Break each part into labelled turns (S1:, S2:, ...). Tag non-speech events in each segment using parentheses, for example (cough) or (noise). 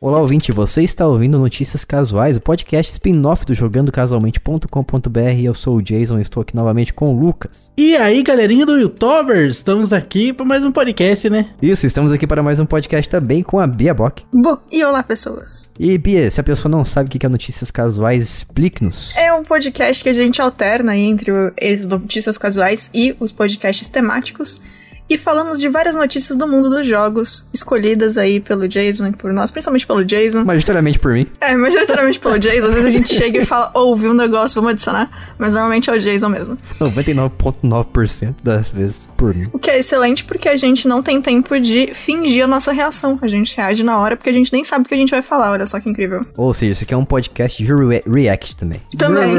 S1: Olá, ouvinte, você está ouvindo Notícias Casuais, o podcast spin-off do jogandocasualmente.com.br. Eu sou o Jason e estou aqui novamente com o Lucas.
S2: E aí, galerinha do YouTubers, estamos aqui para mais um podcast, né?
S1: Isso, estamos aqui para mais um podcast também com a Bia Bock.
S3: Bom, e olá, pessoas.
S1: E Bia, se a pessoa não sabe o que é Notícias Casuais, explique-nos.
S3: É um podcast que a gente alterna aí entre o- as notícias casuais e os podcasts temáticos. E falamos de várias notícias do mundo dos jogos, escolhidas aí pelo Jason e por nós, principalmente pelo Jason.
S1: Majoritariamente por mim.
S3: É, majoritariamente pelo Jason. Às vezes a gente chega e fala, ouvi um negócio, vamos adicionar. Mas normalmente é o Jason mesmo.
S1: 99,9% das vezes por mim.
S3: O que é excelente porque a gente não tem tempo de fingir a nossa reação. A gente reage na hora porque a gente nem sabe o que a gente vai falar. Olha só que incrível.
S1: Ou seja, isso aqui é um podcast de re- react também.
S3: Também.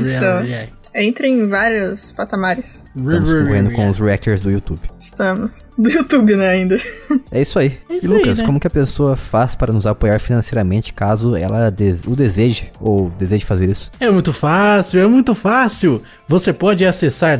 S3: Isso.
S2: Isso.
S3: Entra em vários patamares.
S1: Estamos correndo com os reactors do YouTube.
S3: Estamos. Do YouTube, né, ainda.
S1: É isso aí.
S2: É isso
S1: e Lucas,
S2: aí, né?
S1: como que a pessoa faz para nos apoiar financeiramente caso ela des- o deseje ou deseje fazer isso?
S2: É muito fácil, é muito fácil. Você pode acessar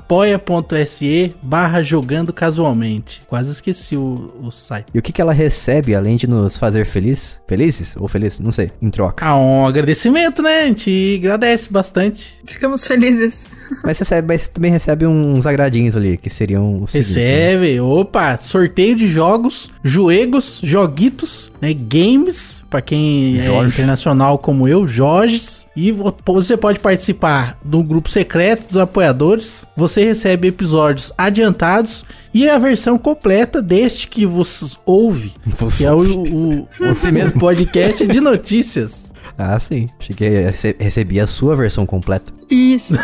S2: www.apoia.se barra jogando casualmente. Quase esqueci o, o site.
S1: E o que, que ela recebe além de nos fazer feliz? Felizes ou felizes? Não sei. Em
S2: (laughs)
S1: troca.
S2: Ah, um agradecimento, né? A gente agradece bastante.
S3: Ficamos felizes.
S1: mas, você recebe, mas você também recebe uns agradinhos ali, que seriam os seguintes, né?
S2: Recebe, opa, sorteio de jogos, juegos, joguitos, né? Games, pra quem é
S1: Jorge.
S2: internacional como eu, Jorges. E vo- você pode participar do grupo secreto dos apoiadores. Você recebe episódios adiantados e a versão completa deste que você ouve,
S1: (laughs)
S2: que é o, o,
S1: Você mesmo.
S2: o podcast de notícias.
S1: Ah, sim. Achei que rece- recebi a sua versão completa.
S3: Isso.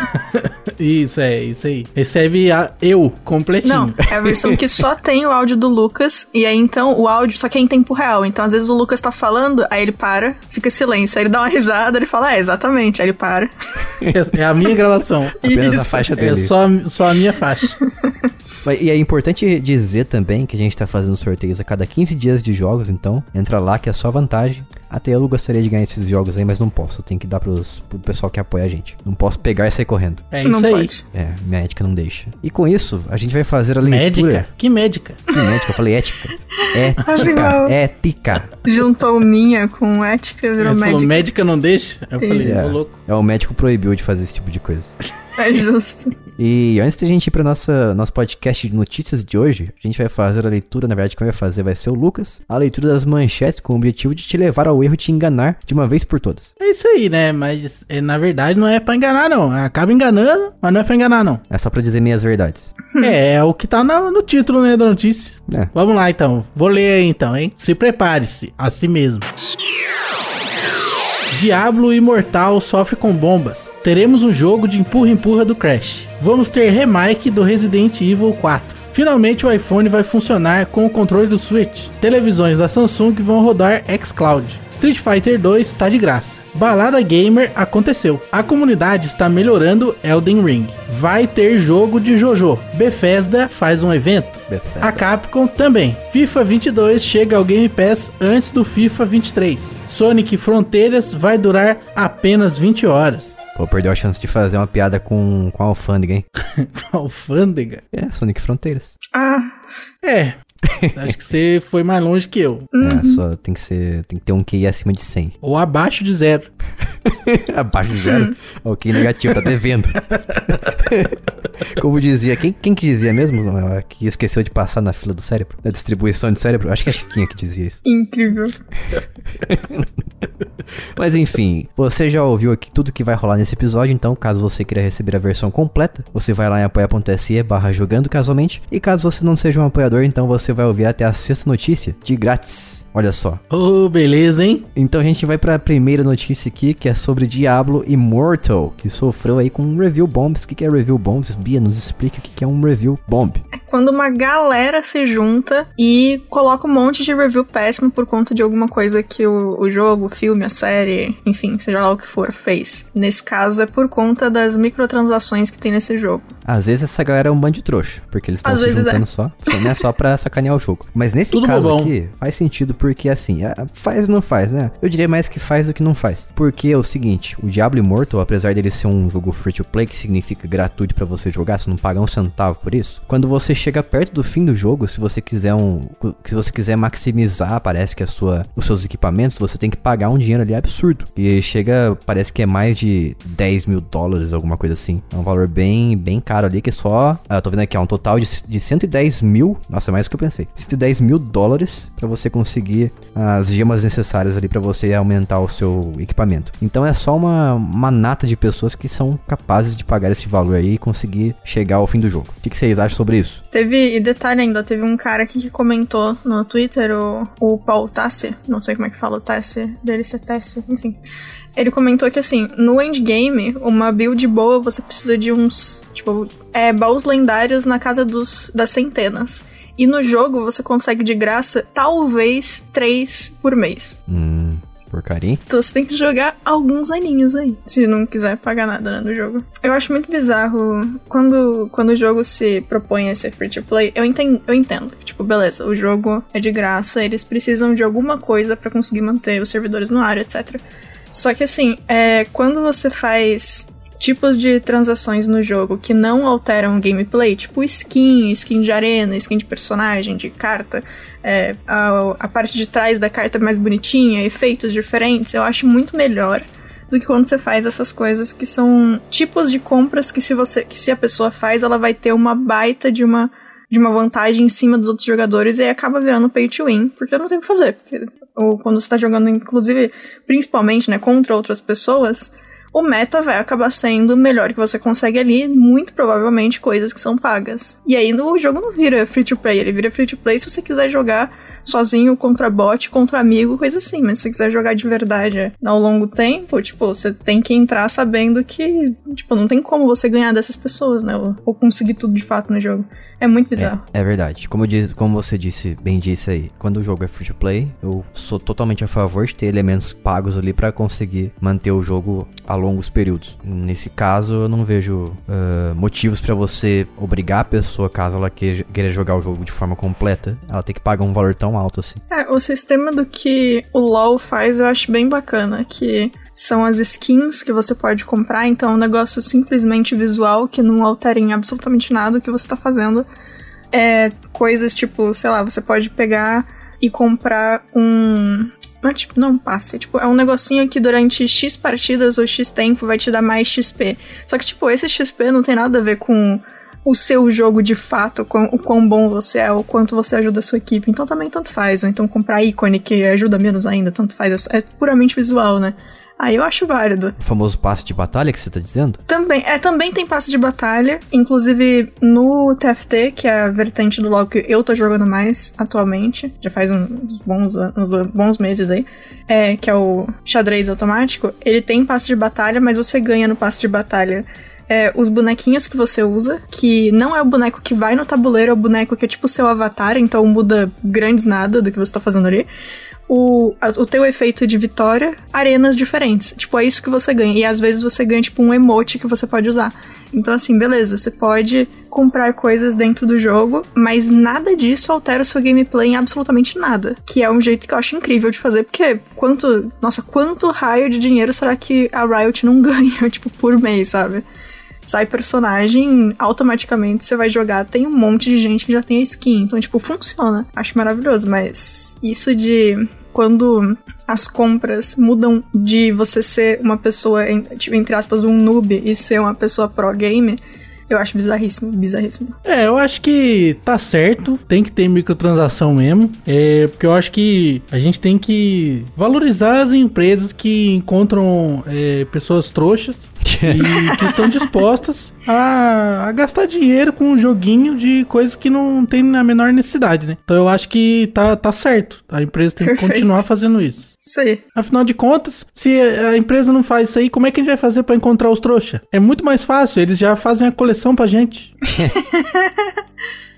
S2: Isso é, isso aí. Recebe a eu completinho.
S3: Não, é a versão que só tem o áudio do Lucas. E aí então o áudio só que é em tempo real. Então às vezes o Lucas tá falando, aí ele para, fica silêncio. Aí ele dá uma risada, ele fala, é, exatamente. Aí ele para.
S2: (laughs) É, é a minha gravação.
S1: Apenas a
S3: Isso.
S1: faixa dele.
S2: É só, só a minha faixa.
S1: Mas- E é importante dizer também que a gente tá fazendo sorteios a cada 15 dias de jogos, então entra lá que é só vantagem. Até eu gostaria de ganhar esses jogos aí, mas não posso. Eu tenho que dar pros, pro pessoal que apoia a gente. Não posso pegar e sair correndo.
S2: É isso
S3: Não
S2: aí.
S3: pode.
S1: É, minha ética não deixa. E com isso, a gente vai fazer a leitura.
S2: Médica? Que médica?
S1: Que médica? Eu falei ética.
S3: Quase
S1: Ética.
S3: igual.
S1: ética.
S3: Juntou minha com ética, virou
S2: Você falou,
S3: médica.
S2: médica não deixa? Eu
S3: Entendi.
S2: falei,
S1: É,
S2: ô louco.
S1: é, o médico proibiu de fazer esse tipo de coisa.
S3: É justo.
S1: E antes da gente ir para nossa nosso podcast de notícias de hoje, a gente vai fazer a leitura, na verdade quem vai fazer vai ser o Lucas, a leitura das manchetes com o objetivo de te levar ao erro e te enganar de uma vez por todas.
S2: É isso aí, né? Mas é, na verdade não é pra enganar, não. Acaba enganando, mas não é pra enganar, não.
S1: É só pra dizer meias verdades.
S3: Hum.
S2: É, é o que tá na- no, título, né, da notícia.
S1: É.
S2: Vamos lá, então. Vou ler aí, então, hein? Se prepare-se, a si mesmo. Diablo Imortal sofre com bombas. Teremos um jogo de empurra-empurra do Crash. Vamos ter remake do Resident Evil 4. Finalmente o iPhone vai funcionar com o controle do Switch. Televisões da Samsung vão rodar xCloud. Street Fighter 2 tá de graça. Balada Gamer aconteceu. A comunidade está melhorando Elden Ring. Vai ter jogo de JoJo. Bethesda faz um evento. A Capcom também. FIFA 22 chega ao Game Pass antes do FIFA 23. Sonic Fronteiras vai durar apenas 20 horas. (laughs)
S1: Pô, perdeu a chance de fazer uma piada com, com a alfândega, hein?
S2: Alfândega.
S1: É, Sonic Fronteiras.
S3: Ah,
S2: É. Acho que você foi mais longe que eu.
S1: É, só tem que ser, tem que ter um QI acima de 100.
S2: Ou abaixo de zero.
S1: Abaixo de zero. É o QI negativo, tá devendo. Como dizia, quem, quem que dizia mesmo? ah, Que esqueceu de passar na fila do cérebro? Na distribuição de cérebro? Acho que é a Chiquinha que dizia isso.
S3: incrível.
S1: Mas enfim, você já ouviu aqui tudo que vai rolar nesse episódio, então caso você queira receber a versão completa, você vai lá em apoia.se barra jogando casualmente, e caso você não seja um apoiador, então você vai ouvir até a sexta notícia de grátis. Olha só.
S2: Ô, beleza, hein?
S1: Então a gente vai pra primeira notícia aqui, que é sobre Diablo Immortal, que sofreu aí com um review bombs. O que que é review bombs? Bia, nos explica o que que é um review bomb.
S3: é quando uma galera se junta e coloca um monte de review péssimo por conta de alguma coisa que o, o jogo, o filme, a série, enfim, seja lá o que for, fez. Nesse caso é por conta das microtransações que tem nesse jogo.
S1: Às vezes essa galera é um bando de trouxa, porque eles estão
S3: Às
S1: se
S3: vezes é.
S1: juntando só, só, né, só
S3: (laughs)
S1: pra sacanear o jogo. Mas nesse
S2: Tudo
S1: caso
S2: bobão.
S1: aqui, faz sentido porque assim, a- a- faz ou não faz, né? Eu diria mais que faz do que não faz. Porque é o seguinte, o Diablo Immortal, apesar dele ser um jogo free to play, que significa gratuito pra você jogar, você não paga um centavo por isso, quando você chega perto do fim do jogo, se você quiser um, se você quiser maximizar, parece que a sua, os seus equipamentos, você tem que pagar um dinheiro ali absurdo. E chega, parece que é mais de 10 mil dólares, alguma coisa assim. É um valor bem, bem caro ali, que só, ah, tô vendo aqui, é um total de, de 110 mil, nossa, é mais do que eu pensei, 110 mil dólares para você conseguir as gemas necessárias ali para você aumentar o seu equipamento. Então é só uma, uma nata de pessoas que são capazes de pagar esse valor aí e conseguir chegar ao fim do jogo. O que, que vocês acham sobre isso?
S3: Teve, e detalhe ainda, teve um cara aqui que comentou no Twitter, o, o Paul Tassi, não sei como é que fala o Tassi dele, se é Tassi, enfim. Ele comentou que assim, no endgame, uma build boa você precisa de uns, tipo, é, baús lendários na casa dos, das centenas. E no jogo você consegue de graça, talvez, três por mês.
S1: Hum, porcaria.
S3: Então você tem que jogar alguns aninhos aí. Se não quiser pagar nada né, no jogo. Eu acho muito bizarro quando, quando o jogo se propõe a ser free to play. Eu entendo, eu entendo. Tipo, beleza, o jogo é de graça, eles precisam de alguma coisa para conseguir manter os servidores no ar, etc. Só que assim, é, quando você faz tipos de transações no jogo que não alteram o gameplay, tipo skin, skin de arena, skin de personagem, de carta, é, a, a, parte de trás da carta é mais bonitinha, efeitos diferentes, eu acho muito melhor do que quando você faz essas coisas que são tipos de compras que se você que se a pessoa faz, ela vai ter uma baita de uma de uma vantagem em cima dos outros jogadores e aí acaba virando pay to win, porque eu não tenho o que fazer. Porque, ou quando você tá jogando, inclusive, principalmente, né, contra outras pessoas, o meta vai acabar sendo o melhor que você consegue ali, muito provavelmente coisas que são pagas. E aí o jogo não vira free to play, ele vira free to play se você quiser jogar sozinho contra bot, contra amigo, coisa assim. Mas se você quiser jogar de verdade ao longo tempo, tipo, você tem que entrar sabendo que, tipo, não tem como você ganhar dessas pessoas, né? Ou, ou conseguir tudo de fato no jogo. É muito bizarro.
S1: É, é verdade. Como, diz, como você disse, bem disse aí, quando o jogo é free to play, eu sou totalmente a favor de ter elementos pagos ali para conseguir manter o jogo a longos períodos. Nesse caso, eu não vejo uh, motivos para você obrigar a pessoa, caso ela queja, queira jogar o jogo de forma completa, ela ter que pagar um valor tão alto assim.
S3: É, o sistema do que o LoL faz eu acho bem bacana, que são as skins que você pode comprar, então é um negócio simplesmente visual que não altera em absolutamente nada o que você está fazendo. É, coisas tipo, sei lá, você pode pegar e comprar um. Não, tipo, não passe. Tipo, é um negocinho que durante X partidas ou X tempo vai te dar mais XP. Só que, tipo, esse XP não tem nada a ver com o seu jogo de fato, o quão bom você é, o quanto você ajuda a sua equipe. Então também tanto faz. Ou então comprar ícone que ajuda menos ainda, tanto faz. É puramente visual, né? Aí eu acho válido.
S1: O famoso passe de batalha que você tá dizendo? (laughs)
S3: Também, é, também tem passe de batalha, inclusive no TFT, que é a vertente do LoL que eu tô jogando mais atualmente, já faz um, uns bons, uns bons meses aí, é, que é o xadrez automático, ele tem passe de batalha, mas você ganha no passe de batalha é, os bonequinhos que você usa, que não é o boneco que vai no tabuleiro, é o boneco que é tipo seu avatar, então muda grandes nada do que você tá fazendo ali. O, a, o teu efeito de vitória, arenas diferentes. Tipo, é isso que você ganha. E às vezes você ganha, tipo, um emote que você pode usar. Então, assim, beleza, você pode comprar coisas dentro do jogo, mas nada disso altera o seu gameplay em absolutamente nada. Que é um jeito que eu acho incrível de fazer, porque quanto. Nossa, quanto raio de dinheiro será que a Riot não (laughs) ganha, tipo, por mês, sabe? sai personagem, automaticamente você vai jogar. Tem um monte de gente que já tem a skin. Então, tipo, funciona. Acho maravilhoso, mas isso de quando as compras mudam de você ser uma pessoa, entre aspas, um noob e ser uma pessoa pro-game. Eu acho bizarríssimo, bizarríssimo.
S2: É, eu acho que tá certo, tem que ter microtransação mesmo, é, porque eu acho que a gente tem que valorizar as empresas que encontram é, pessoas trouxas e que estão dispostas a, a, gastar dinheiro com um joguinho de coisas que não tem a menor necessidade, né? Então eu acho que tá, tá certo, a empresa tem Perfeito. que continuar fazendo isso.
S3: Isso aí.
S2: Afinal de contas, se a empresa não faz isso aí, como é que a gente vai fazer para encontrar os trouxa? É muito mais fácil, eles já fazem a coleção pra gente.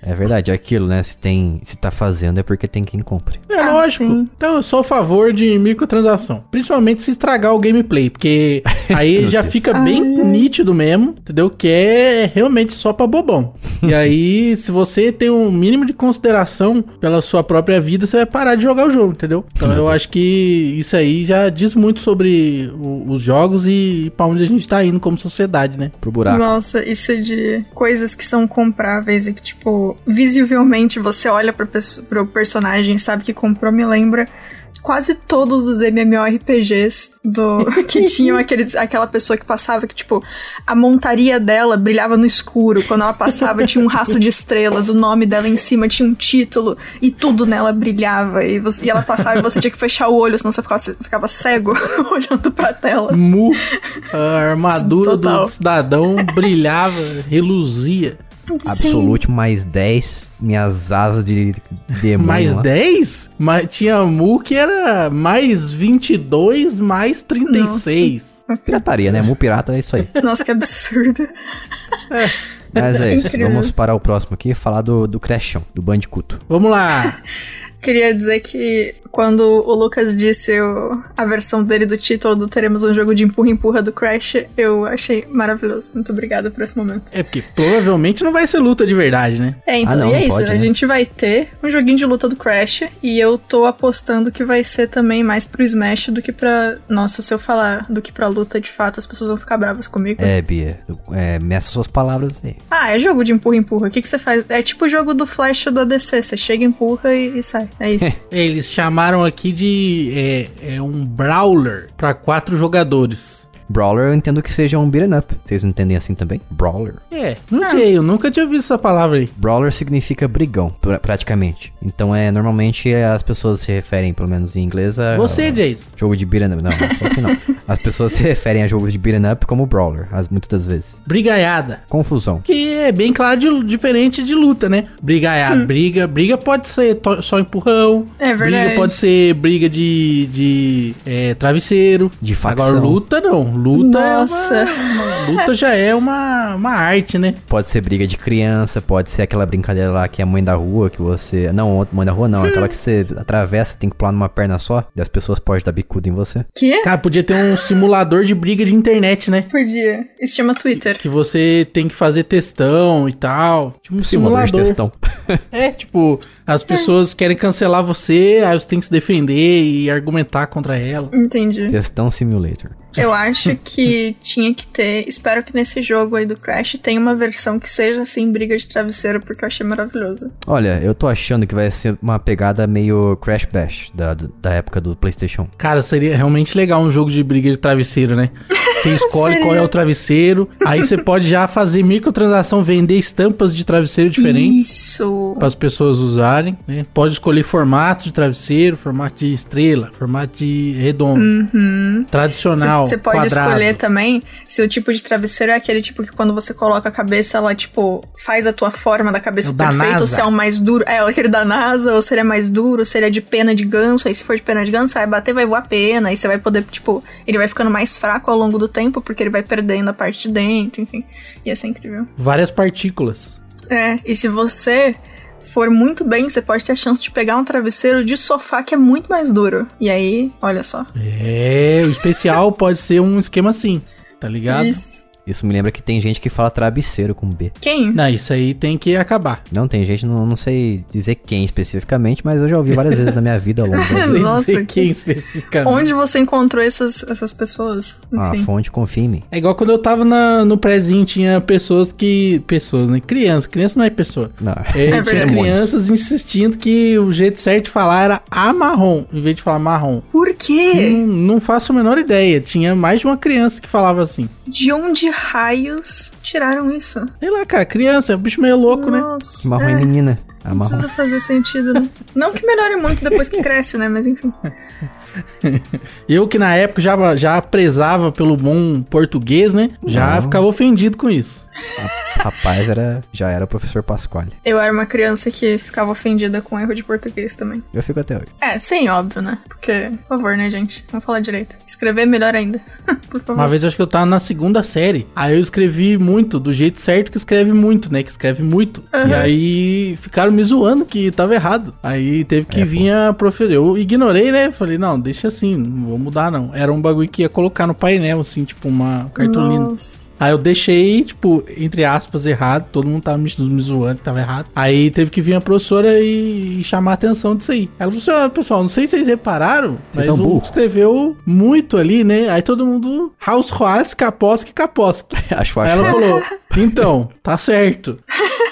S1: É verdade, é aquilo, né? Se tem, se tá fazendo é porque tem quem compre.
S2: É ah, lógico. Sim. Então eu sou a favor de microtransação, principalmente se estragar o gameplay, porque aí já Deus. fica Ai. bem nítido mesmo, entendeu? Que é realmente só para bobão. E aí, se você tem um mínimo de consideração pela sua própria vida, você vai parar de jogar o jogo, entendeu? Então eu acho que isso aí já diz muito sobre o- os jogos e pra onde a gente tá indo como sociedade, né?
S1: Pro buraco.
S3: Nossa, isso é de coisas que são compráveis e que, tipo, visivelmente você olha pro, perso- pro personagem e sabe que comprou, me lembra quase todos os MMORPGs do que tinham aqueles, aquela pessoa que passava que, tipo, a montaria dela brilhava no escuro. Quando ela passava, tinha um rastro de estrelas, o nome dela em cima tinha um título e tudo nela brilhava. E, você- e ela passava e você tinha que fechar o olho, senão você ficava, ficava cego (laughs) olhando pra tela.
S2: Mu, (laughs) a armadura
S3: Total.
S2: do cidadão brilhava, reluzia.
S1: Absolute mais 10. Minhas asas de demônio.
S2: Mais
S1: lá.
S2: 10? Mas tinha Mu que era mais 22, mais 36.
S1: Pirataria, né? Mu pirata é isso aí.
S3: Nossa, que absurdo.
S1: Mas é isso.
S3: Incrível.
S1: Vamos parar o próximo aqui e falar do, do Crashão, do Bandicoot.
S2: Vamos lá.
S3: Queria dizer que quando o Lucas disse o- a versão dele do título do Teremos um jogo de empurra-empurra do Crash, eu achei maravilhoso. Muito obrigada por esse momento.
S2: É porque provavelmente não vai ser luta de verdade, né?
S3: É, então,
S1: Ah, não,
S3: e é
S1: não
S3: isso.
S1: pode,
S3: A
S1: né?
S3: gente vai ter um joguinho de luta do Crash e eu tô apostando que vai ser também mais pro Smash do que pra. Nossa, se eu falar do que pra luta, de fato, as pessoas vão ficar bravas comigo.
S1: É, Bia. É, meça suas palavras aí.
S3: Ah, é jogo de empurra-empurra. O que, que você faz? É tipo o jogo do Flash do ADC. Você chega, empurra e, e sai. É isso.
S2: Eles chamaram aqui de é, é um brawler pra quatro jogadores.
S1: Brawler eu entendo que seja um beat'em up. Vocês não entendem assim também? Brawler.
S2: É, não sei, eu nunca tinha visto essa palavra aí.
S1: Brawler significa brigão, pra- praticamente. Então é normalmente as pessoas se referem, pelo menos em inglês, a
S2: Você, Jason.
S1: a jogo de beat'em up. Não, você não. As pessoas se referem a jogos de beat'em up como brawler, as- muitas das vezes.
S2: Brigaiada.
S1: Confusão.
S2: Que é bem claro de- diferente de luta, né? Brigaiada. Briga. Briga pode ser to- só empurrão.
S3: Hum. É
S2: Briga
S3: verdade.
S2: pode ser briga de, de é, travesseiro.
S1: De facção.
S2: Agora, luta não. Luta é
S3: Nossa.
S2: uma, uma- Luta já é uma, uma arte, né?
S1: Pode ser briga de criança, pode ser aquela brincadeira lá que é a mãe da rua, que você. Não, outra- mãe da rua não, aquela que
S2: (laughs)
S1: você atravessa, tem que pular numa perna só, e as pessoas podem dar bicuda em você.
S3: Que?
S2: Cara, podia ter um simulador de briga de internet, né?
S3: Podia. Isso chama Twitter.
S2: Que você tem que fazer textão e tal. Tipo um simulador.
S1: de testão.
S2: É, tipo, as pessoas querem cancelar você, aí você tem que se defender e argumentar contra ela.
S3: Entendi.
S1: testão simulator.
S3: Eu acho que tinha que ter. Espero que nesse jogo aí do Crash tenha uma versão que seja assim, briga de travesseiro, porque eu achei maravilhoso.
S1: Olha, eu tô achando que vai ser uma pegada meio Crash Bash da, da época do PlayStation. um.
S2: Cara, seria realmente legal um jogo de briga de travesseiro, né? Você
S3: (laughs)
S2: escolhe qual é o travesseiro, aí você pode já fazer microtransação, vender estampas de travesseiro diferentes
S3: Isso!
S2: para as pessoas usarem, né? Pode escolher formatos de travesseiro, formato de estrela, formato de redondo,
S3: Uhum.
S2: tradicional,
S3: Você pode
S2: quadrado.
S3: escolher também se o tipo de travesseiro é aquele tipo que quando você coloca a cabeça, ela tipo faz a tua forma da cabeça
S2: É o da
S3: perfeita, ou
S2: NASA.
S3: se é o mais duro. É, aquele da NASA, ou se ele é mais duro, se ele é de pena de ganso, aí se for de pena de ganso, aí bater vai voar pena, aí você vai poder, tipo, ele vai ficando mais fraco ao longo do tempo, porque ele vai perdendo a parte de dentro, enfim. é Ia ser incrível.
S2: várias partículas.
S3: É, e se você for muito bem, você pode ter a chance de pegar um travesseiro de sofá que é muito mais duro. E aí, olha só.
S2: É, o
S3: (laughs)
S2: especial pode ser um esquema assim, tá ligado?
S3: Isso.
S1: Isso me lembra que tem gente que fala travesseiro com B.
S3: Quem?
S2: Não, isso aí tem que acabar.
S1: Não, tem gente, não, não sei dizer quem especificamente, mas eu já ouvi várias vezes na minha vida ao longo
S2: (laughs)
S1: da vida.
S2: Sem
S3: É, Nossa,
S2: dizer
S3: que-
S2: quem especificamente.
S3: Onde você encontrou essas, essas pessoas?
S1: Ah,
S3: Enfim.
S1: fonte, confia em mim.
S2: É igual quando eu tava na- no prezinho, tinha pessoas que. Pessoas, né? Criança. Criança não é pessoa.
S1: Não.
S2: É, tinha
S3: verdade.
S2: crianças insistindo que o jeito certo de falar era amarrom, em vez de falar marrom.
S3: Por quê?
S2: Não, não faço a menor ideia. Tinha mais de uma criança que falava assim.
S3: De onde raios tiraram isso?
S2: Sei lá, cara, criança, é um bicho meio louco, né?
S3: Nossa.
S1: Marrom é
S3: é,
S1: menina. A
S3: não
S1: marrom.
S3: precisa fazer sentido,
S2: (laughs)
S3: né? Não que melhore muito depois que cresce, né? Mas enfim.
S2: Eu que na época já, já prezava pelo bom português, né? Já
S1: Não.
S2: ficava ofendido com isso.
S1: Rapaz, era, já era o professor Pasquale.
S3: Eu era uma criança que ficava ofendida com erro de português também.
S1: Eu fico até hoje.
S3: É, sim, óbvio, né? Porque, por favor, né, gente? Vamos falar direito. Escrever é melhor ainda. (laughs) por favor.
S2: Uma vez eu acho que eu tava na segunda série. Aí eu escrevi muito, do jeito certo que escreve muito, né? Que escreve muito. E aí ficaram ficaram me zoando que tava errado. Aí teve que
S1: É,
S2: vir a proferir. Eu ignorei, né? Falei, não, deixa assim, não vou mudar não. Era um bagulho que ia colocar no painel, assim, tipo uma cartolina.
S3: Nossa.
S2: Aí eu deixei, tipo, entre aspas, errado. Todo mundo tava me, me zoando que tava errado. Aí teve que vir a professora e, e chamar a atenção disso aí. Ela falou assim: "Ó, pessoal, não sei se vocês repararam,
S1: Vocês
S2: mas
S1: são
S2: o Hugo
S1: burro."
S2: escreveu muito ali, né? Aí todo mundo, House Roas, Kaposki, Kaposki.
S1: (laughs) Acho,
S2: Aí
S1: acho.
S2: ela falou: então, tá certo.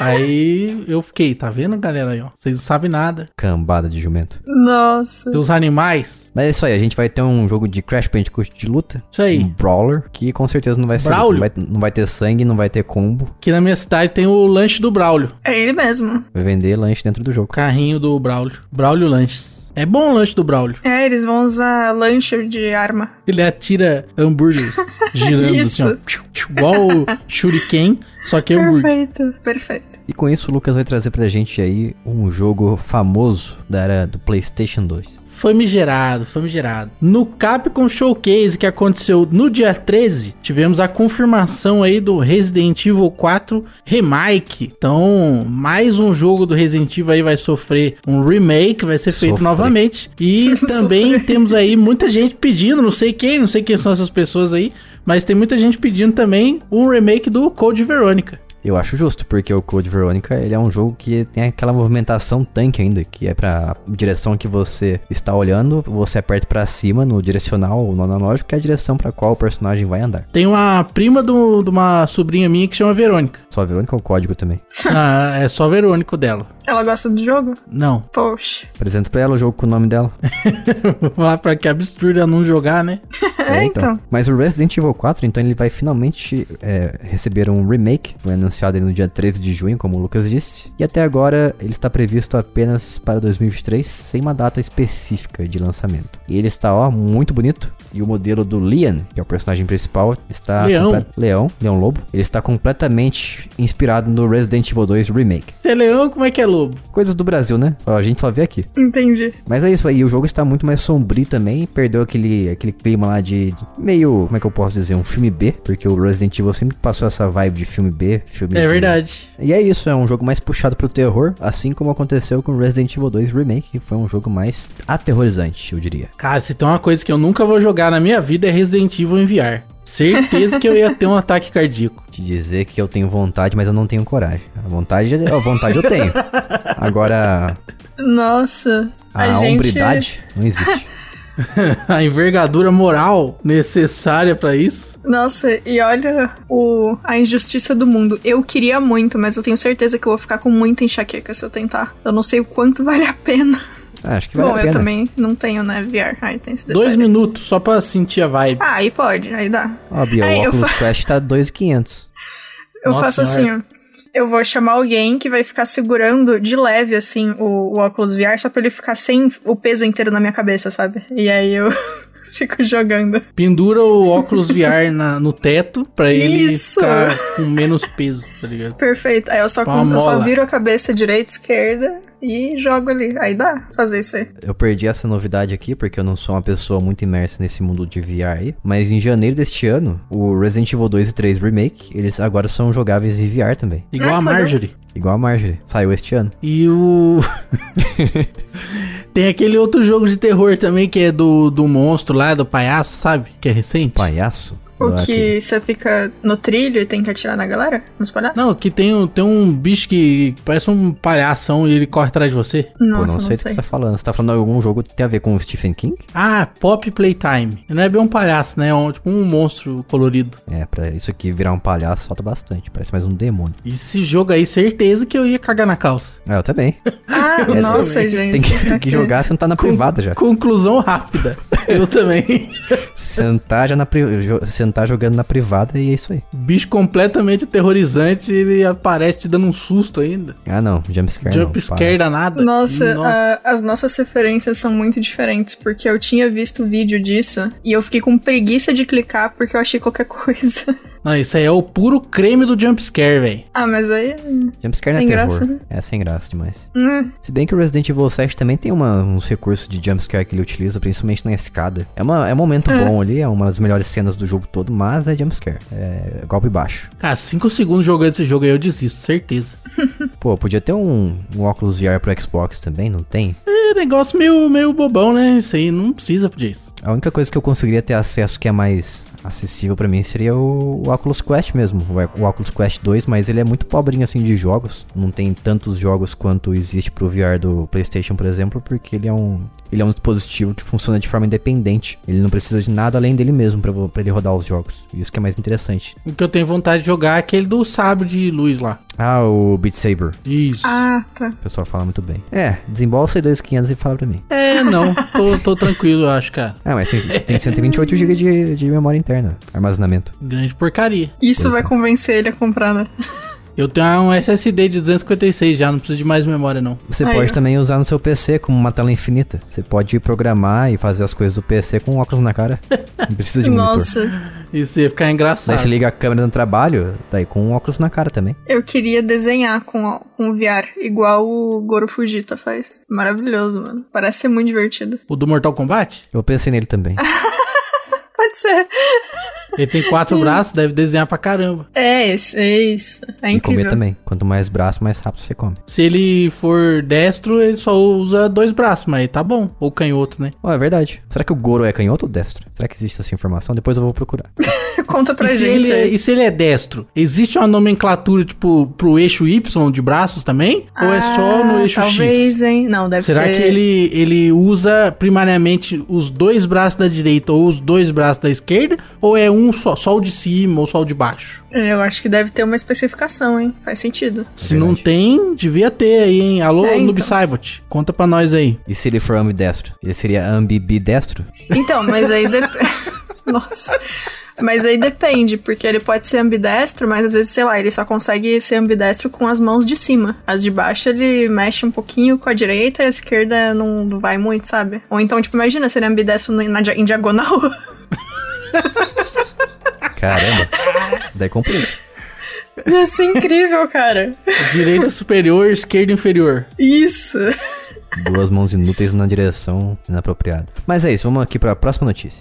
S2: Aí eu fiquei, tá vendo, galera aí, ó? Vocês não sabem nada.
S1: Cambada de jumento.
S3: Nossa.
S2: Seus animais.
S1: Mas é isso aí, a gente vai ter um jogo de Crash Bandicoot de luta.
S2: Isso aí.
S1: Um brawler, que com certeza não vai ser.
S2: Brawler?
S1: Não vai, não vai ter sangue, não vai ter combo.
S2: Que na minha cidade tem o lanche do Braulio.
S3: É ele mesmo.
S1: Vai vender lanche dentro do
S2: O
S1: jogo.
S2: carrinho do Braulio. Braulio Lanches. É bom o lanche do Braulio.
S3: É, eles vão usar lanche de arma.
S2: Ele atira
S3: (laughs)
S2: hambúrgueres girando
S3: Isso.
S2: assim, ó. Igual o Shuriken, só que é
S1: um
S2: hambúrguer.
S3: Perfeito. Perfeito.
S1: E com isso, o Lucas vai trazer pra gente aí um jogo famoso da era do PlayStation 2.
S2: Famigerado, famigerado. No Capcom Showcase que aconteceu no dia 13, tivemos a confirmação aí do Resident Evil 4 Remake. Então, mais um jogo do Resident Evil aí vai sofrer um remake, vai ser feito
S1: Sofrer.
S2: novamente.
S3: (laughs)
S2: E também
S3: Sofrer.
S2: temos aí muita gente pedindo, não sei quem, não sei quem são essas pessoas aí, mas tem muita gente pedindo também um remake do Code Verônica.
S1: Eu acho justo, porque o Code Veronica ele é um jogo que tem aquela movimentação tanque ainda, que é pra direção que você está olhando, você aperta pra cima no direcional ou no analógico, que é a direção pra qual o personagem vai andar.
S2: Tem uma prima do- de uma sobrinha minha que
S1: (laughs)
S2: chama Verônica.
S1: Só Veronica é o código também.
S2: Ah, é só Verônico dela.
S3: Ela gosta do jogo?
S2: Não. (laughs)
S3: Poxa.
S1: Apresenta pra ela o jogo com o nome dela.
S2: Lá pra que absurdo ela não jogar, né?
S3: É, então.
S1: Mas o Resident Evil 4, então, ele vai finalmente é, receber um remake. Foi anunciado aí no dia 13 de junho, como o Lucas disse. E até agora, ele está previsto apenas para 2023, sem uma data específica de lançamento. E ele está, ó, muito bonito. E o modelo do Leon, que é o personagem principal, está...
S2: Leão.
S1: comple- Leão, Leão Lobo. Ele está completamente inspirado no Resident Evil 2 Remake.
S2: Você é leão, como é que é lobo?
S1: Coisas do Brasil, né? Ó, A gente só vê aqui.
S3: Entendi.
S1: Mas é isso aí, o jogo está muito mais sombrio também, perdeu aquele, aquele clima lá de de meio, como é que eu posso dizer, um filme B, porque o Resident Evil sempre passou essa vibe de filme B, filme
S2: É
S1: de-
S2: verdade.
S1: E é isso, é um jogo mais puxado pro terror, assim como aconteceu com Resident Evil 2 Remake, que foi um jogo mais aterrorizante, eu diria.
S2: Cara, se tem uma coisa que eu nunca vou jogar na minha vida é Resident Evil em VR. Certeza que eu ia ter um ataque cardíaco.
S1: Te dizer que eu tenho vontade, mas eu não tenho coragem. A vontade, a vontade eu
S2: (laughs)
S1: tenho. Agora,
S3: Nossa.
S1: a, hombridade não
S2: (laughs)
S1: existe.
S2: A envergadura moral necessária pra isso.
S3: Nossa, e olha o, a injustiça do mundo. Eu queria muito, mas eu tenho certeza que eu vou ficar com muita enxaqueca se eu tentar. Eu não sei o quanto (laughs) vale a pena.
S1: Ah, acho que vale
S3: Bom,
S1: a
S3: eu
S1: pena.
S3: também não tenho, né, VR. Aí tem esse detalhe.
S2: Dois minutos só pra sentir a vibe.
S3: Ah, aí pode, aí dá.
S1: Ó, Bia,
S3: Ai,
S1: o
S3: eu
S1: Oculus Quest tá 2,500.
S3: Eu
S2: Nossa
S3: faço
S2: senhora.
S3: assim, ó. Eu vou chamar alguém que vai ficar segurando de leve, assim, o, o óculos VR, só pra ele ficar sem o peso inteiro na minha cabeça, sabe? E aí eu (laughs) fico jogando.
S2: Pendura o óculos VR na- no teto pra ele
S3: Isso.
S2: ficar com menos peso, tá ligado?
S3: Perfeito. Aí eu só,
S2: Com a
S3: con- eu só
S2: mola.
S3: viro a cabeça direita, esquerda e jogo ali. Aí dá fazer isso aí.
S1: Eu perdi essa novidade aqui, porque eu não sou uma pessoa muito imersa nesse mundo de VR aí. Mas em janeiro deste ano, o Resident Evil 2 e 3 Remake, eles agora são jogáveis em VR também.
S2: Igual a
S3: Ah, que legal.
S2: Marjorie.
S1: Igual a Marjorie. Saiu este ano.
S2: E o. (laughs) Tem aquele outro jogo de terror também que é do, do monstro lá, do palhaço, sabe? Que é recente.
S1: Palhaço?
S3: O
S1: Não é aquele.
S3: que você fica no trilho e tem que atirar na galera? Nos palhaços?
S2: Não, que tem, um- tem um bicho que parece um palhação e ele corre atrás de você.
S1: Pô,
S3: Nossa,
S1: não sei o que você tá falando. Você tá falando de algum jogo que tem a ver com o Stephen King?
S2: Ah, Pop Playtime. Não é bem um palhaço, né? É um, tipo um monstro colorido.
S1: É, pra isso aqui virar um palhaço falta bastante. Parece mais um demônio.
S2: Esse jogo aí, certeza que eu ia cagar na calça.
S1: Ah, eu também. (laughs)
S3: Ah,
S1: Eu
S3: (laughs) nossa,
S2: também.
S3: gente.
S1: É, Tem que, tem que
S3: Ok.
S1: jogar, sentar na privada já.
S2: Conclusão rápida. eu também.
S1: Sentar já na pri- jo- sentar jogando na privada e é isso aí.
S2: Bicho completamente aterrorizante, ele aparece te dando um susto ainda.
S1: Ah, não. Jumpscare não.
S2: Jump scare danado.
S3: Nossa, a- as nossas referências são muito diferentes, porque eu tinha visto um vídeo disso e eu fiquei com preguiça de clicar porque eu achei qualquer (laughs) coisa.
S2: Não, isso aí é o puro creme do jumpscare, velho.
S3: Ah, mas aí. hum,
S1: Jumpscare não é terror.
S3: Sem graça, né?
S1: É sem graça demais.
S3: hum,
S1: Se bem que o Resident Evil 7 também tem uma- uns recursos de jumpscare que ele utiliza, principalmente na escada. É, uma, é um momento bom ali, é uma das melhores cenas do jogo todo, mas é jumpscare. É golpe baixo.
S2: Cara, 5 segundos jogando esse jogo aí eu desisto, certeza.
S1: Pô, podia ter um, um óculos VR pro Xbox também, não tem?
S2: É negócio meio, meio bobão, né? Isso aí não precisa disso.
S1: A única coisa que eu conseguiria ter acesso que é mais acessível pra mim seria o, o Oculus Quest mesmo, o, o Oculus Quest 2, mas ele é muito pobrinho assim de jogos, não tem tantos jogos quanto existe pro VR do PlayStation, por exemplo, porque ele é um ele é um dispositivo que funciona de forma independente. Ele não precisa de nada além dele mesmo pra vo- pra ele rodar os jogos. Isso que é mais interessante.
S2: O que eu tenho vontade de jogar é aquele do sabre de luz lá.
S1: Ah, o Beat Saber.
S2: Isso.
S3: Ah, tá.
S1: O pessoal fala muito bem. É, desembolsa aí 2.500 e fala pra mim.
S2: É, não. Tô, tô tranquilo, eu acho, cara.
S1: Ah, mas tem, tem 128 GB de, de memória interna, armazenamento.
S2: Grande porcaria.
S3: Isso
S1: Pois
S3: vai
S1: é.
S3: convencer ele a comprar, né?
S2: Eu tenho um SSD de 256 já, não preciso de mais memória, não.
S1: Você
S3: Aí,
S1: pode
S3: ó.
S1: também usar no seu PC como uma tela infinita. Você pode programar e fazer as coisas do PC com um óculos na cara. Não precisa de monitor.
S3: Nossa,
S2: Isso ia ficar engraçado.
S1: Daí você liga a câmera no trabalho, daí com um óculos na cara também.
S3: eu queria desenhar com, com o VR, igual o Goro Fujita faz. Maravilhoso, mano. Parece ser muito divertido.
S2: O do Mortal Kombat?
S1: Eu pensei nele também.
S3: Ah, Pode ser.
S2: Ele tem quatro braços, deve desenhar pra caramba.
S3: É, esse- é isso. É
S1: e comer
S3: incrível.
S1: também. Quanto mais braço, mais rápido você come.
S2: Se ele for destro, ele só usa dois braços, mas tá bom. Ou canhoto, né?
S1: Ó, é verdade. Será que o Goro é canhoto ou destro? Será que existe essa informação? Depois eu vou procurar.
S3: (laughs) Conta pra
S2: e, se
S3: gente.
S2: ele é,
S3: aí.
S2: e se ele é destro? Existe uma nomenclatura, tipo, pro eixo Y de braços também? ou é só no
S3: Ah,
S2: eixo
S3: talvez,
S2: X?
S3: hein? Não, deve
S2: Será
S3: ter-
S2: que ele, ele usa primariamente os dois braços da direita ou os dois braços da esquerda? Ou é um só, só o de cima ou só o de baixo?
S3: É, Eu acho que deve ter uma especificação, hein? Faz sentido.
S2: Se não tem, devia ter aí, hein? Alô,
S3: É,
S2: é,
S3: então.
S2: conta pra nós aí.
S1: E se ele for ambidestro? Ele seria ambibidestro?
S3: Então, mas aí depende. (laughs) Nossa. Mas aí depende, porque ele pode ser ambidestro, mas às vezes, sei lá, ele só consegue ser ambidestro com as mãos de cima. As de baixo ele mexe um pouquinho com a direita e a esquerda não, não vai muito, sabe? Ou então, tipo, imagina ser ambidestro no- na, dia- em diagonal. (laughs) (laughs)
S1: Caramba. daí complica.
S3: Ia ser incrível, cara.
S2: Direita (laughs) superior, esquerda inferior.
S3: Isso.
S1: Duas mãos inúteis na direção inapropriada. Mas é isso, vamos aqui pra próxima notícia.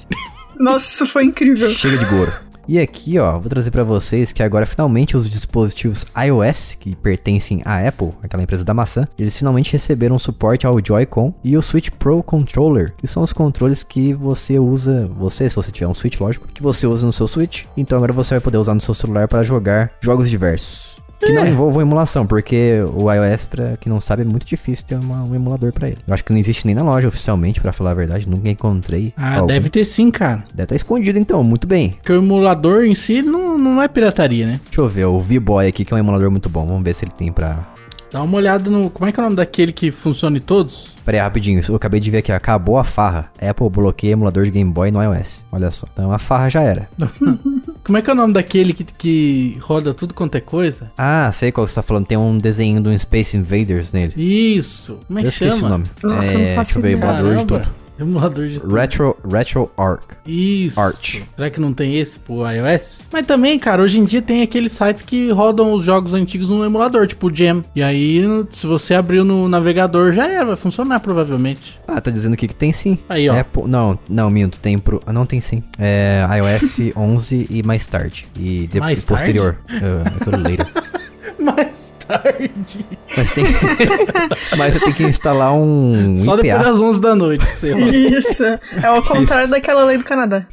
S3: Nossa, isso foi incrível.
S1: Chega de Goro. E aqui, ó, vou trazer pra vocês que agora finalmente os dispositivos iOS, que pertencem à Apple, aquela empresa da maçã, eles finalmente receberam suporte ao Joy-Con e o Switch Pro Controller, que são os controles que você usa, você, se você tiver um Switch, lógico, que você usa no seu Switch. Então agora você vai poder usar no seu celular para jogar jogos diversos. Que
S2: É.
S1: não envolvam emulação, porque o iOS, pra quem não sabe, é muito difícil ter uma- um emulador pra ele. Eu acho que não existe nem na loja oficialmente, pra falar a verdade, nunca encontrei.
S2: Ah,
S1: algum.
S2: deve ter sim, cara.
S1: Deve estar escondido então, muito bem.
S2: Porque o emulador em si ele não, não é pirataria, né?
S1: Deixa eu ver, o V-Boy aqui, que é um emulador muito bom. Vamos ver se ele tem pra.
S2: Dá uma olhada no. Como é que é o nome daquele que funciona em todos?
S1: Pera aí, rapidinho. Eu acabei de ver aqui, acabou a farra. Apple bloqueia emulador de Game Boy no iOS. Olha só. Então a farra já era.
S2: Como é que é o nome daquele que, que roda tudo quanto é coisa?
S1: Ah, sei qual que você tá falando. Tem um desenho de um Space Invaders nele.
S2: Isso. Como é
S1: eu
S2: que
S1: esqueci o
S2: chama?
S1: nome. É,
S3: Nossa, eu não faço
S1: deixa eu ver,
S3: ideia.
S1: emulador de
S2: Caramba.
S1: tudo.
S2: Emulador de tudo.
S1: Retro, Retro Arc.
S2: Isso.
S1: Arch.
S2: Será que não tem esse pro iOS? Mas também, cara, hoje em dia tem aqueles sites que rodam os jogos antigos no emulador, tipo o Jam. E aí, se você abriu no navegador, já era, vai funcionar provavelmente.
S1: Ah, tá dizendo aqui que tem sim.
S2: Aí, ó.
S1: Apple, não, não, minto, tem pro. Ah, não tem sim. É iOS (laughs) 11 e mais tarde. E depois
S2: Mais tarde?
S1: posterior. Ah, é tudo later.
S2: (laughs) Mais tarde.
S1: Mas tem Mas eu tenho que (laughs) instalar um
S2: Só
S1: IPA.
S2: depois das 11 da noite que você roda.
S3: Isso. É o contrário daquela lei do Canadá.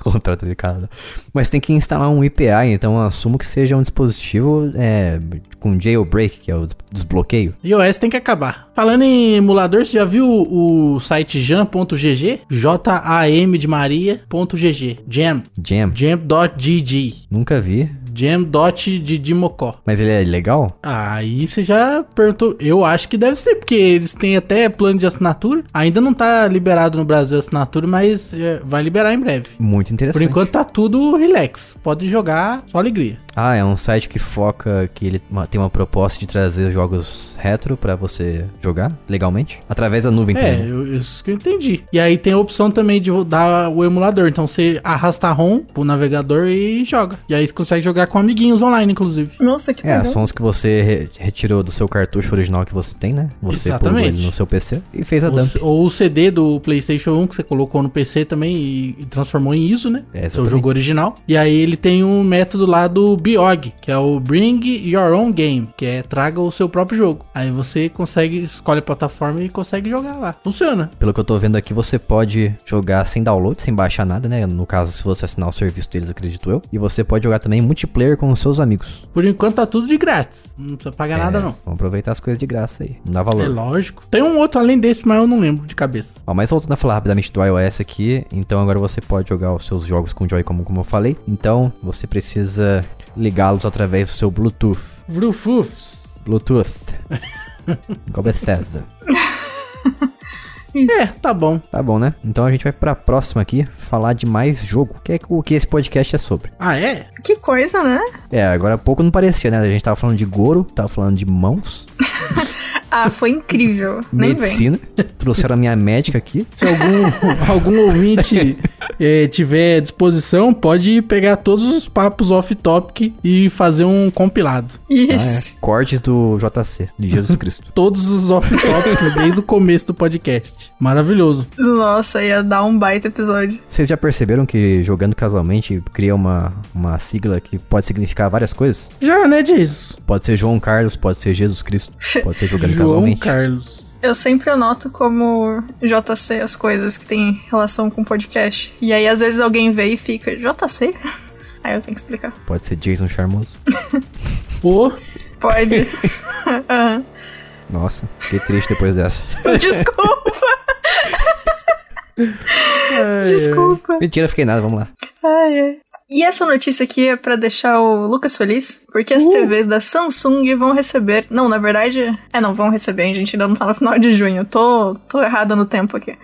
S1: Contrato de casa. Mas tem que instalar um IPA, então eu assumo que seja um dispositivo é, com jailbreak, que é o des- desbloqueio.
S2: iOS tem que acabar. Falando em emulador, você já viu o o site jam.gg? J-A-M de Maria ponto .gg. Jam.
S1: Jam.
S2: Jam.gg.
S1: Nunca vi.
S2: Jam.gg Mocó.
S1: Mas ele é legal?
S2: Aí você já perguntou. Eu acho que deve ser, porque eles têm até plano de assinatura. Ainda não tá liberado no Brasil a assinatura, mas é, vai liberar em breve.
S1: Muito
S2: Por
S1: interessante.
S2: enquanto tá tudo relax. Pode jogar só alegria.
S1: Ah, é um site que foca que ele uma- tem uma proposta de trazer jogos retro pra você jogar legalmente através da nuvem.
S2: É,
S1: também, né?
S2: eu- isso que eu entendi. E aí tem a opção também de rodar o emulador. Então você arrasta a ROM pro navegador e joga. E aí você consegue jogar com amiguinhos online, inclusive.
S3: Nossa, que
S1: É,
S3: legal.
S1: são os que você re- retirou do seu cartucho original que você tem, né? Você
S2: Exatamente.
S1: ele no seu PC e fez a
S2: Ou,
S1: dump.
S2: c- ou o CD do PlayStation 1 que você colocou no PC também e, e transformou em ISO, né?
S1: É,
S2: seu
S1: exatamente.
S2: jogo original. E aí ele tem um método lá do BIOG, que é o Bring Your Own Game, que é traga o seu próprio jogo. Aí você consegue, escolhe a plataforma e consegue jogar lá. Funciona.
S1: Pelo que eu tô vendo aqui, você pode jogar sem download, sem baixar nada, né? No caso, se você assinar o serviço deles, acredito eu. E você pode jogar também multiplayer com os seus amigos.
S2: Por enquanto tá tudo de grátis. Não precisa pagar nada,
S1: É,
S2: não.
S1: Vamos aproveitar as coisas de graça aí. Não dá
S2: É
S1: valor.
S2: lógico. Tem um outro além desse, mas eu não lembro de cabeça.
S1: Ó, mas voltando a falar rapidamente do iOS aqui, então agora você pode jogar os seus jogos com Joy como, como eu falei. Então você precisa ligá-los através do seu Bluetooth.
S2: Vrufufs. (laughs)
S1: Bluetooth. Igual Bethesda.
S3: Isso.
S2: É, tá bom.
S1: Tá bom, né? Então a gente vai pra próxima aqui falar de mais jogo, que é o que esse podcast é sobre.
S2: Ah, é?
S3: Que coisa, né?
S1: É, agora há pouco não parecia, né? A gente tava falando de Goro, tava falando de mãos,
S3: Ah, foi incrível. Nem vem. (laughs)
S1: medicina. Trouxeram a minha médica aqui. tá?
S2: Se algum, (laughs) algum ouvinte eh, tiver disposição, pode pegar todos os papos off-topic e fazer um compilado.
S1: Ah, é.
S3: Isso.
S1: Cortes do JC, de Jesus
S3: (laughs)
S1: Cristo.
S2: todos os (laughs) off-topics desde o começo do podcast. Maravilhoso.
S3: Nossa, ia dar um baita episódio.
S1: Vocês já perceberam que jogando casualmente cria uma, uma sigla que pode significar várias coisas?
S2: Já, né, disso.
S1: Pode ser João Carlos, pode ser Jesus Cristo, pode ser
S3: (laughs)
S1: jogando
S2: João
S1: casualmente.
S2: Carlos.
S3: Eu sempre anoto como JC as coisas que tem relação com podcast. E aí, às vezes, alguém vê e fica, JC? (laughs) Aí eu tenho que explicar.
S1: Pode ser Jason Charmoso.
S2: Pô,
S1: (laughs)
S3: Pode. (laughs) Ah. Aham.
S1: Nossa, fiquei triste depois
S3: (laughs)
S1: dessa.
S3: Desculpa, desculpa.
S1: Mentira, fiquei nada, vamos lá.
S3: Ai, ai. E essa notícia aqui é pra deixar o Lucas feliz, porque
S2: Uh!
S3: as TVs da Samsung vão receber. Não, na verdade. É, não, vão receber, hein, gente. Ainda não tá no final de junho. Tô, tô errada no tempo aqui.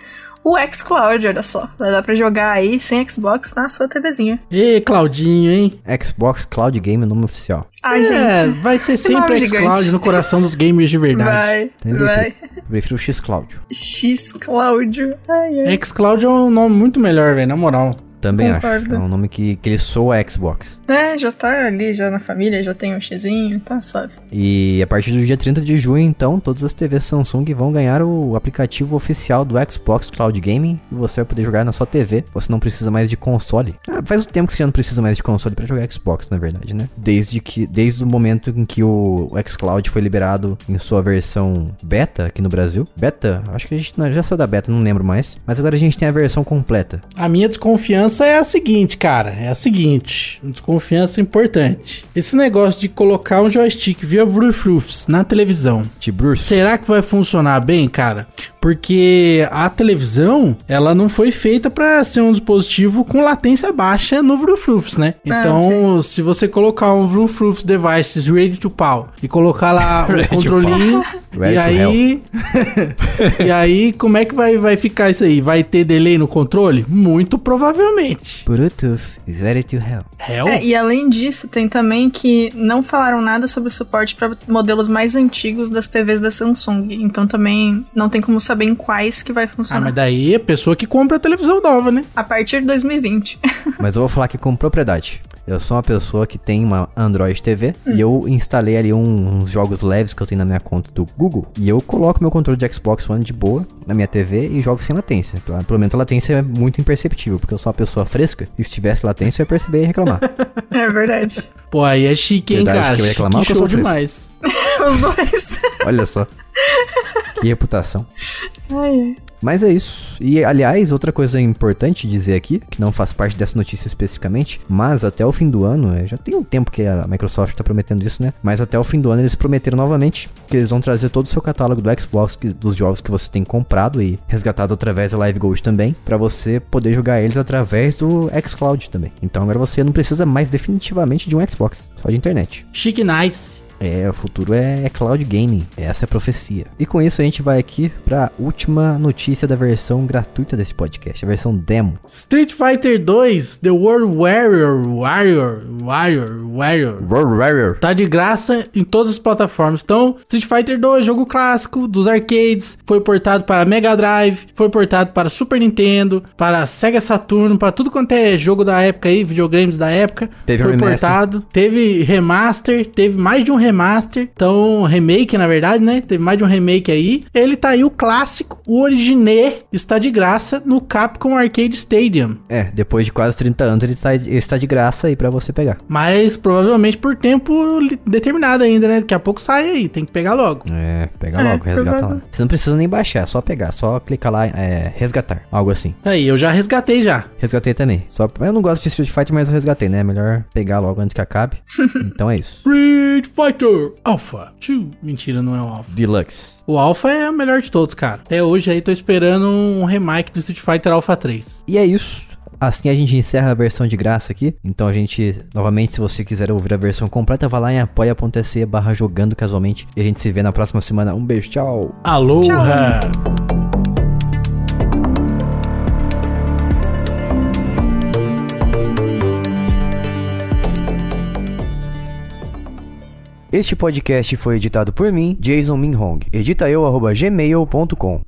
S3: O Xcloud, olha só. Dá pra jogar aí sem Xbox na sua TVzinha.
S2: Ei, Claudinho, hein?
S1: Xbox Cloud Game, nome oficial.
S3: Ai,
S2: é,
S3: gente.
S2: vai ser
S3: Esse nome é
S2: sempre
S3: gigante.
S2: X-Cloud no coração dos gamers de verdade.
S3: Vai,
S1: Tem
S3: vai.
S1: Prefiro o X-Cloud.
S3: Xcloud. Ai, ai.
S2: X-Cloud é um nome muito melhor, velho, na moral.
S1: Também acho.
S3: Concordo.
S1: É um nome que, que ele soa a Xbox.
S3: É, já tá ali, já na família, já tem um xizinho, tá suave.
S1: E a partir do dia 30 de junho, então, todas as TVs Samsung vão ganhar o aplicativo oficial do Xbox Cloud Gaming e você vai poder jogar na sua TV. Você não precisa mais de console. Ah, faz um tempo que você já não precisa mais de console pra jogar Xbox, na verdade, né? Desde que desde o momento em que o xCloud foi liberado em sua versão beta aqui no Brasil. Beta, acho que a gente não, já saiu da beta, não lembro mais, mas agora a gente tem a versão completa.
S2: A minha desconfiança é a seguinte, cara. É a seguinte. Uma desconfiança importante. Esse negócio de colocar um joystick via Bluetooth na televisão
S1: Tibrus.
S2: Será que vai funcionar bem, cara? Porque a televisão, ela não foi feita pra ser um dispositivo com latência baixa no Bluetooth, né?
S3: Ah,
S2: Então, se você colocar um Bluetooth device ready to pau e colocar
S1: (laughs)
S2: lá
S1: Ready
S2: o
S1: to
S2: controlinho
S1: Ready to
S2: e aí E aí, (laughs) como é que vai vai ficar isso aí? Vai ter delay no controle? Muito provavelmente.
S1: Bluetooth is ready to hell.
S2: Hell. Ah,
S3: É, e além disso, tem também que não falaram nada sobre o suporte para modelos mais antigos das TVs da Samsung. Então também não tem como saber em quais que vai
S2: Ah,
S3: funcionar.
S2: mas daí é a pessoa que compra a televisão nova, né?
S3: A partir de 2020.
S1: Mas eu vou falar aqui com propriedade. Eu sou uma pessoa que tem uma Android TV e eu instalei ali um- uns jogos leves que eu tenho na minha conta do Google. E eu coloco meu controle de Xbox One de boa na minha TV e jogo sem latência. Pelo- Pelo menos a latência é muito imperceptível, porque eu sou uma pessoa fresca. E se tivesse latência, eu ia perceber e reclamar.
S3: (laughs) é verdade.
S2: Pô, aí é chique, hein,
S1: Verdade,
S2: cara?
S1: que eu ia
S2: Chique
S1: reclamar que eu sou
S2: show
S1: fresco.
S2: demais.
S3: Os dois.
S1: Olha só. Que reputação.
S3: Ai, ai.
S1: Mas é isso. E aliás, outra coisa importante dizer aqui, que não faz parte dessa notícia especificamente, mas até o fim do ano, é, já tem um tempo que a Microsoft tá prometendo isso, né? Mas até o fim do ano eles prometeram novamente que eles vão trazer todo o seu catálogo do Xbox, que- dos jogos que você tem comprado e resgatado através da Live Gold também, pra você poder jogar eles através do xCloud também. Então agora você não precisa mais definitivamente de um Xbox, só de internet.
S2: Chique nice.
S1: É, o futuro é, é cloud gaming. Essa é a profecia. E com isso a gente vai aqui pra última notícia da versão gratuita desse podcast, a versão demo.
S2: Street Fighter 2, The World Warrior, Warrior, Warrior, Warrior. Tá de graça em todas as plataformas. Então, Street Fighter 2, jogo clássico dos arcades, foi portado para Mega Drive, foi portado para Super Nintendo, para Sega Saturno, para tudo quanto é jogo da época aí, videogames da época.
S1: Teve
S2: foi
S1: um remaster.
S2: portado, teve remaster, teve mais de um remaster, então remake na verdade, né? Teve mais de um remake aí. Ele tá aí o clássico, o originê, está de graça no Capcom Arcade Stadium.
S1: É, depois de quase 30 anos ele está, ele está de graça aí pra você pegar.
S2: Mas provavelmente por tempo li- determinado ainda, né? Daqui a pouco sai aí, tem que pegar logo.
S1: É, pega
S3: É,
S1: logo, resgata lá.
S3: provável.
S1: Você não precisa nem baixar, é só pegar, só clicar lá, é, resgatar, algo assim.
S2: Aí, eu já resgatei já.
S1: Resgatei também. Só, eu não gosto de Street Fighter, mas eu resgatei, né? É Melhor pegar logo antes que acabe. então é isso.
S2: Street Fighter Alpha 2. Mentira, não é o Alpha.
S1: Deluxe.
S2: O Alpha é o melhor de todos, cara. Até hoje aí tô esperando um remake do Street Fighter Alpha 3.
S1: E é isso. Assim a gente encerra a versão de graça aqui. Então a gente, novamente, se você quiser ouvir a versão completa, vai lá em apoia.se barra jogando casualmente. E a gente se vê na próxima semana. Um beijo, tchau!
S2: Aloha!
S4: Este podcast foi editado por mim, Jason Minhong. Edita eu, arroba gmail.com.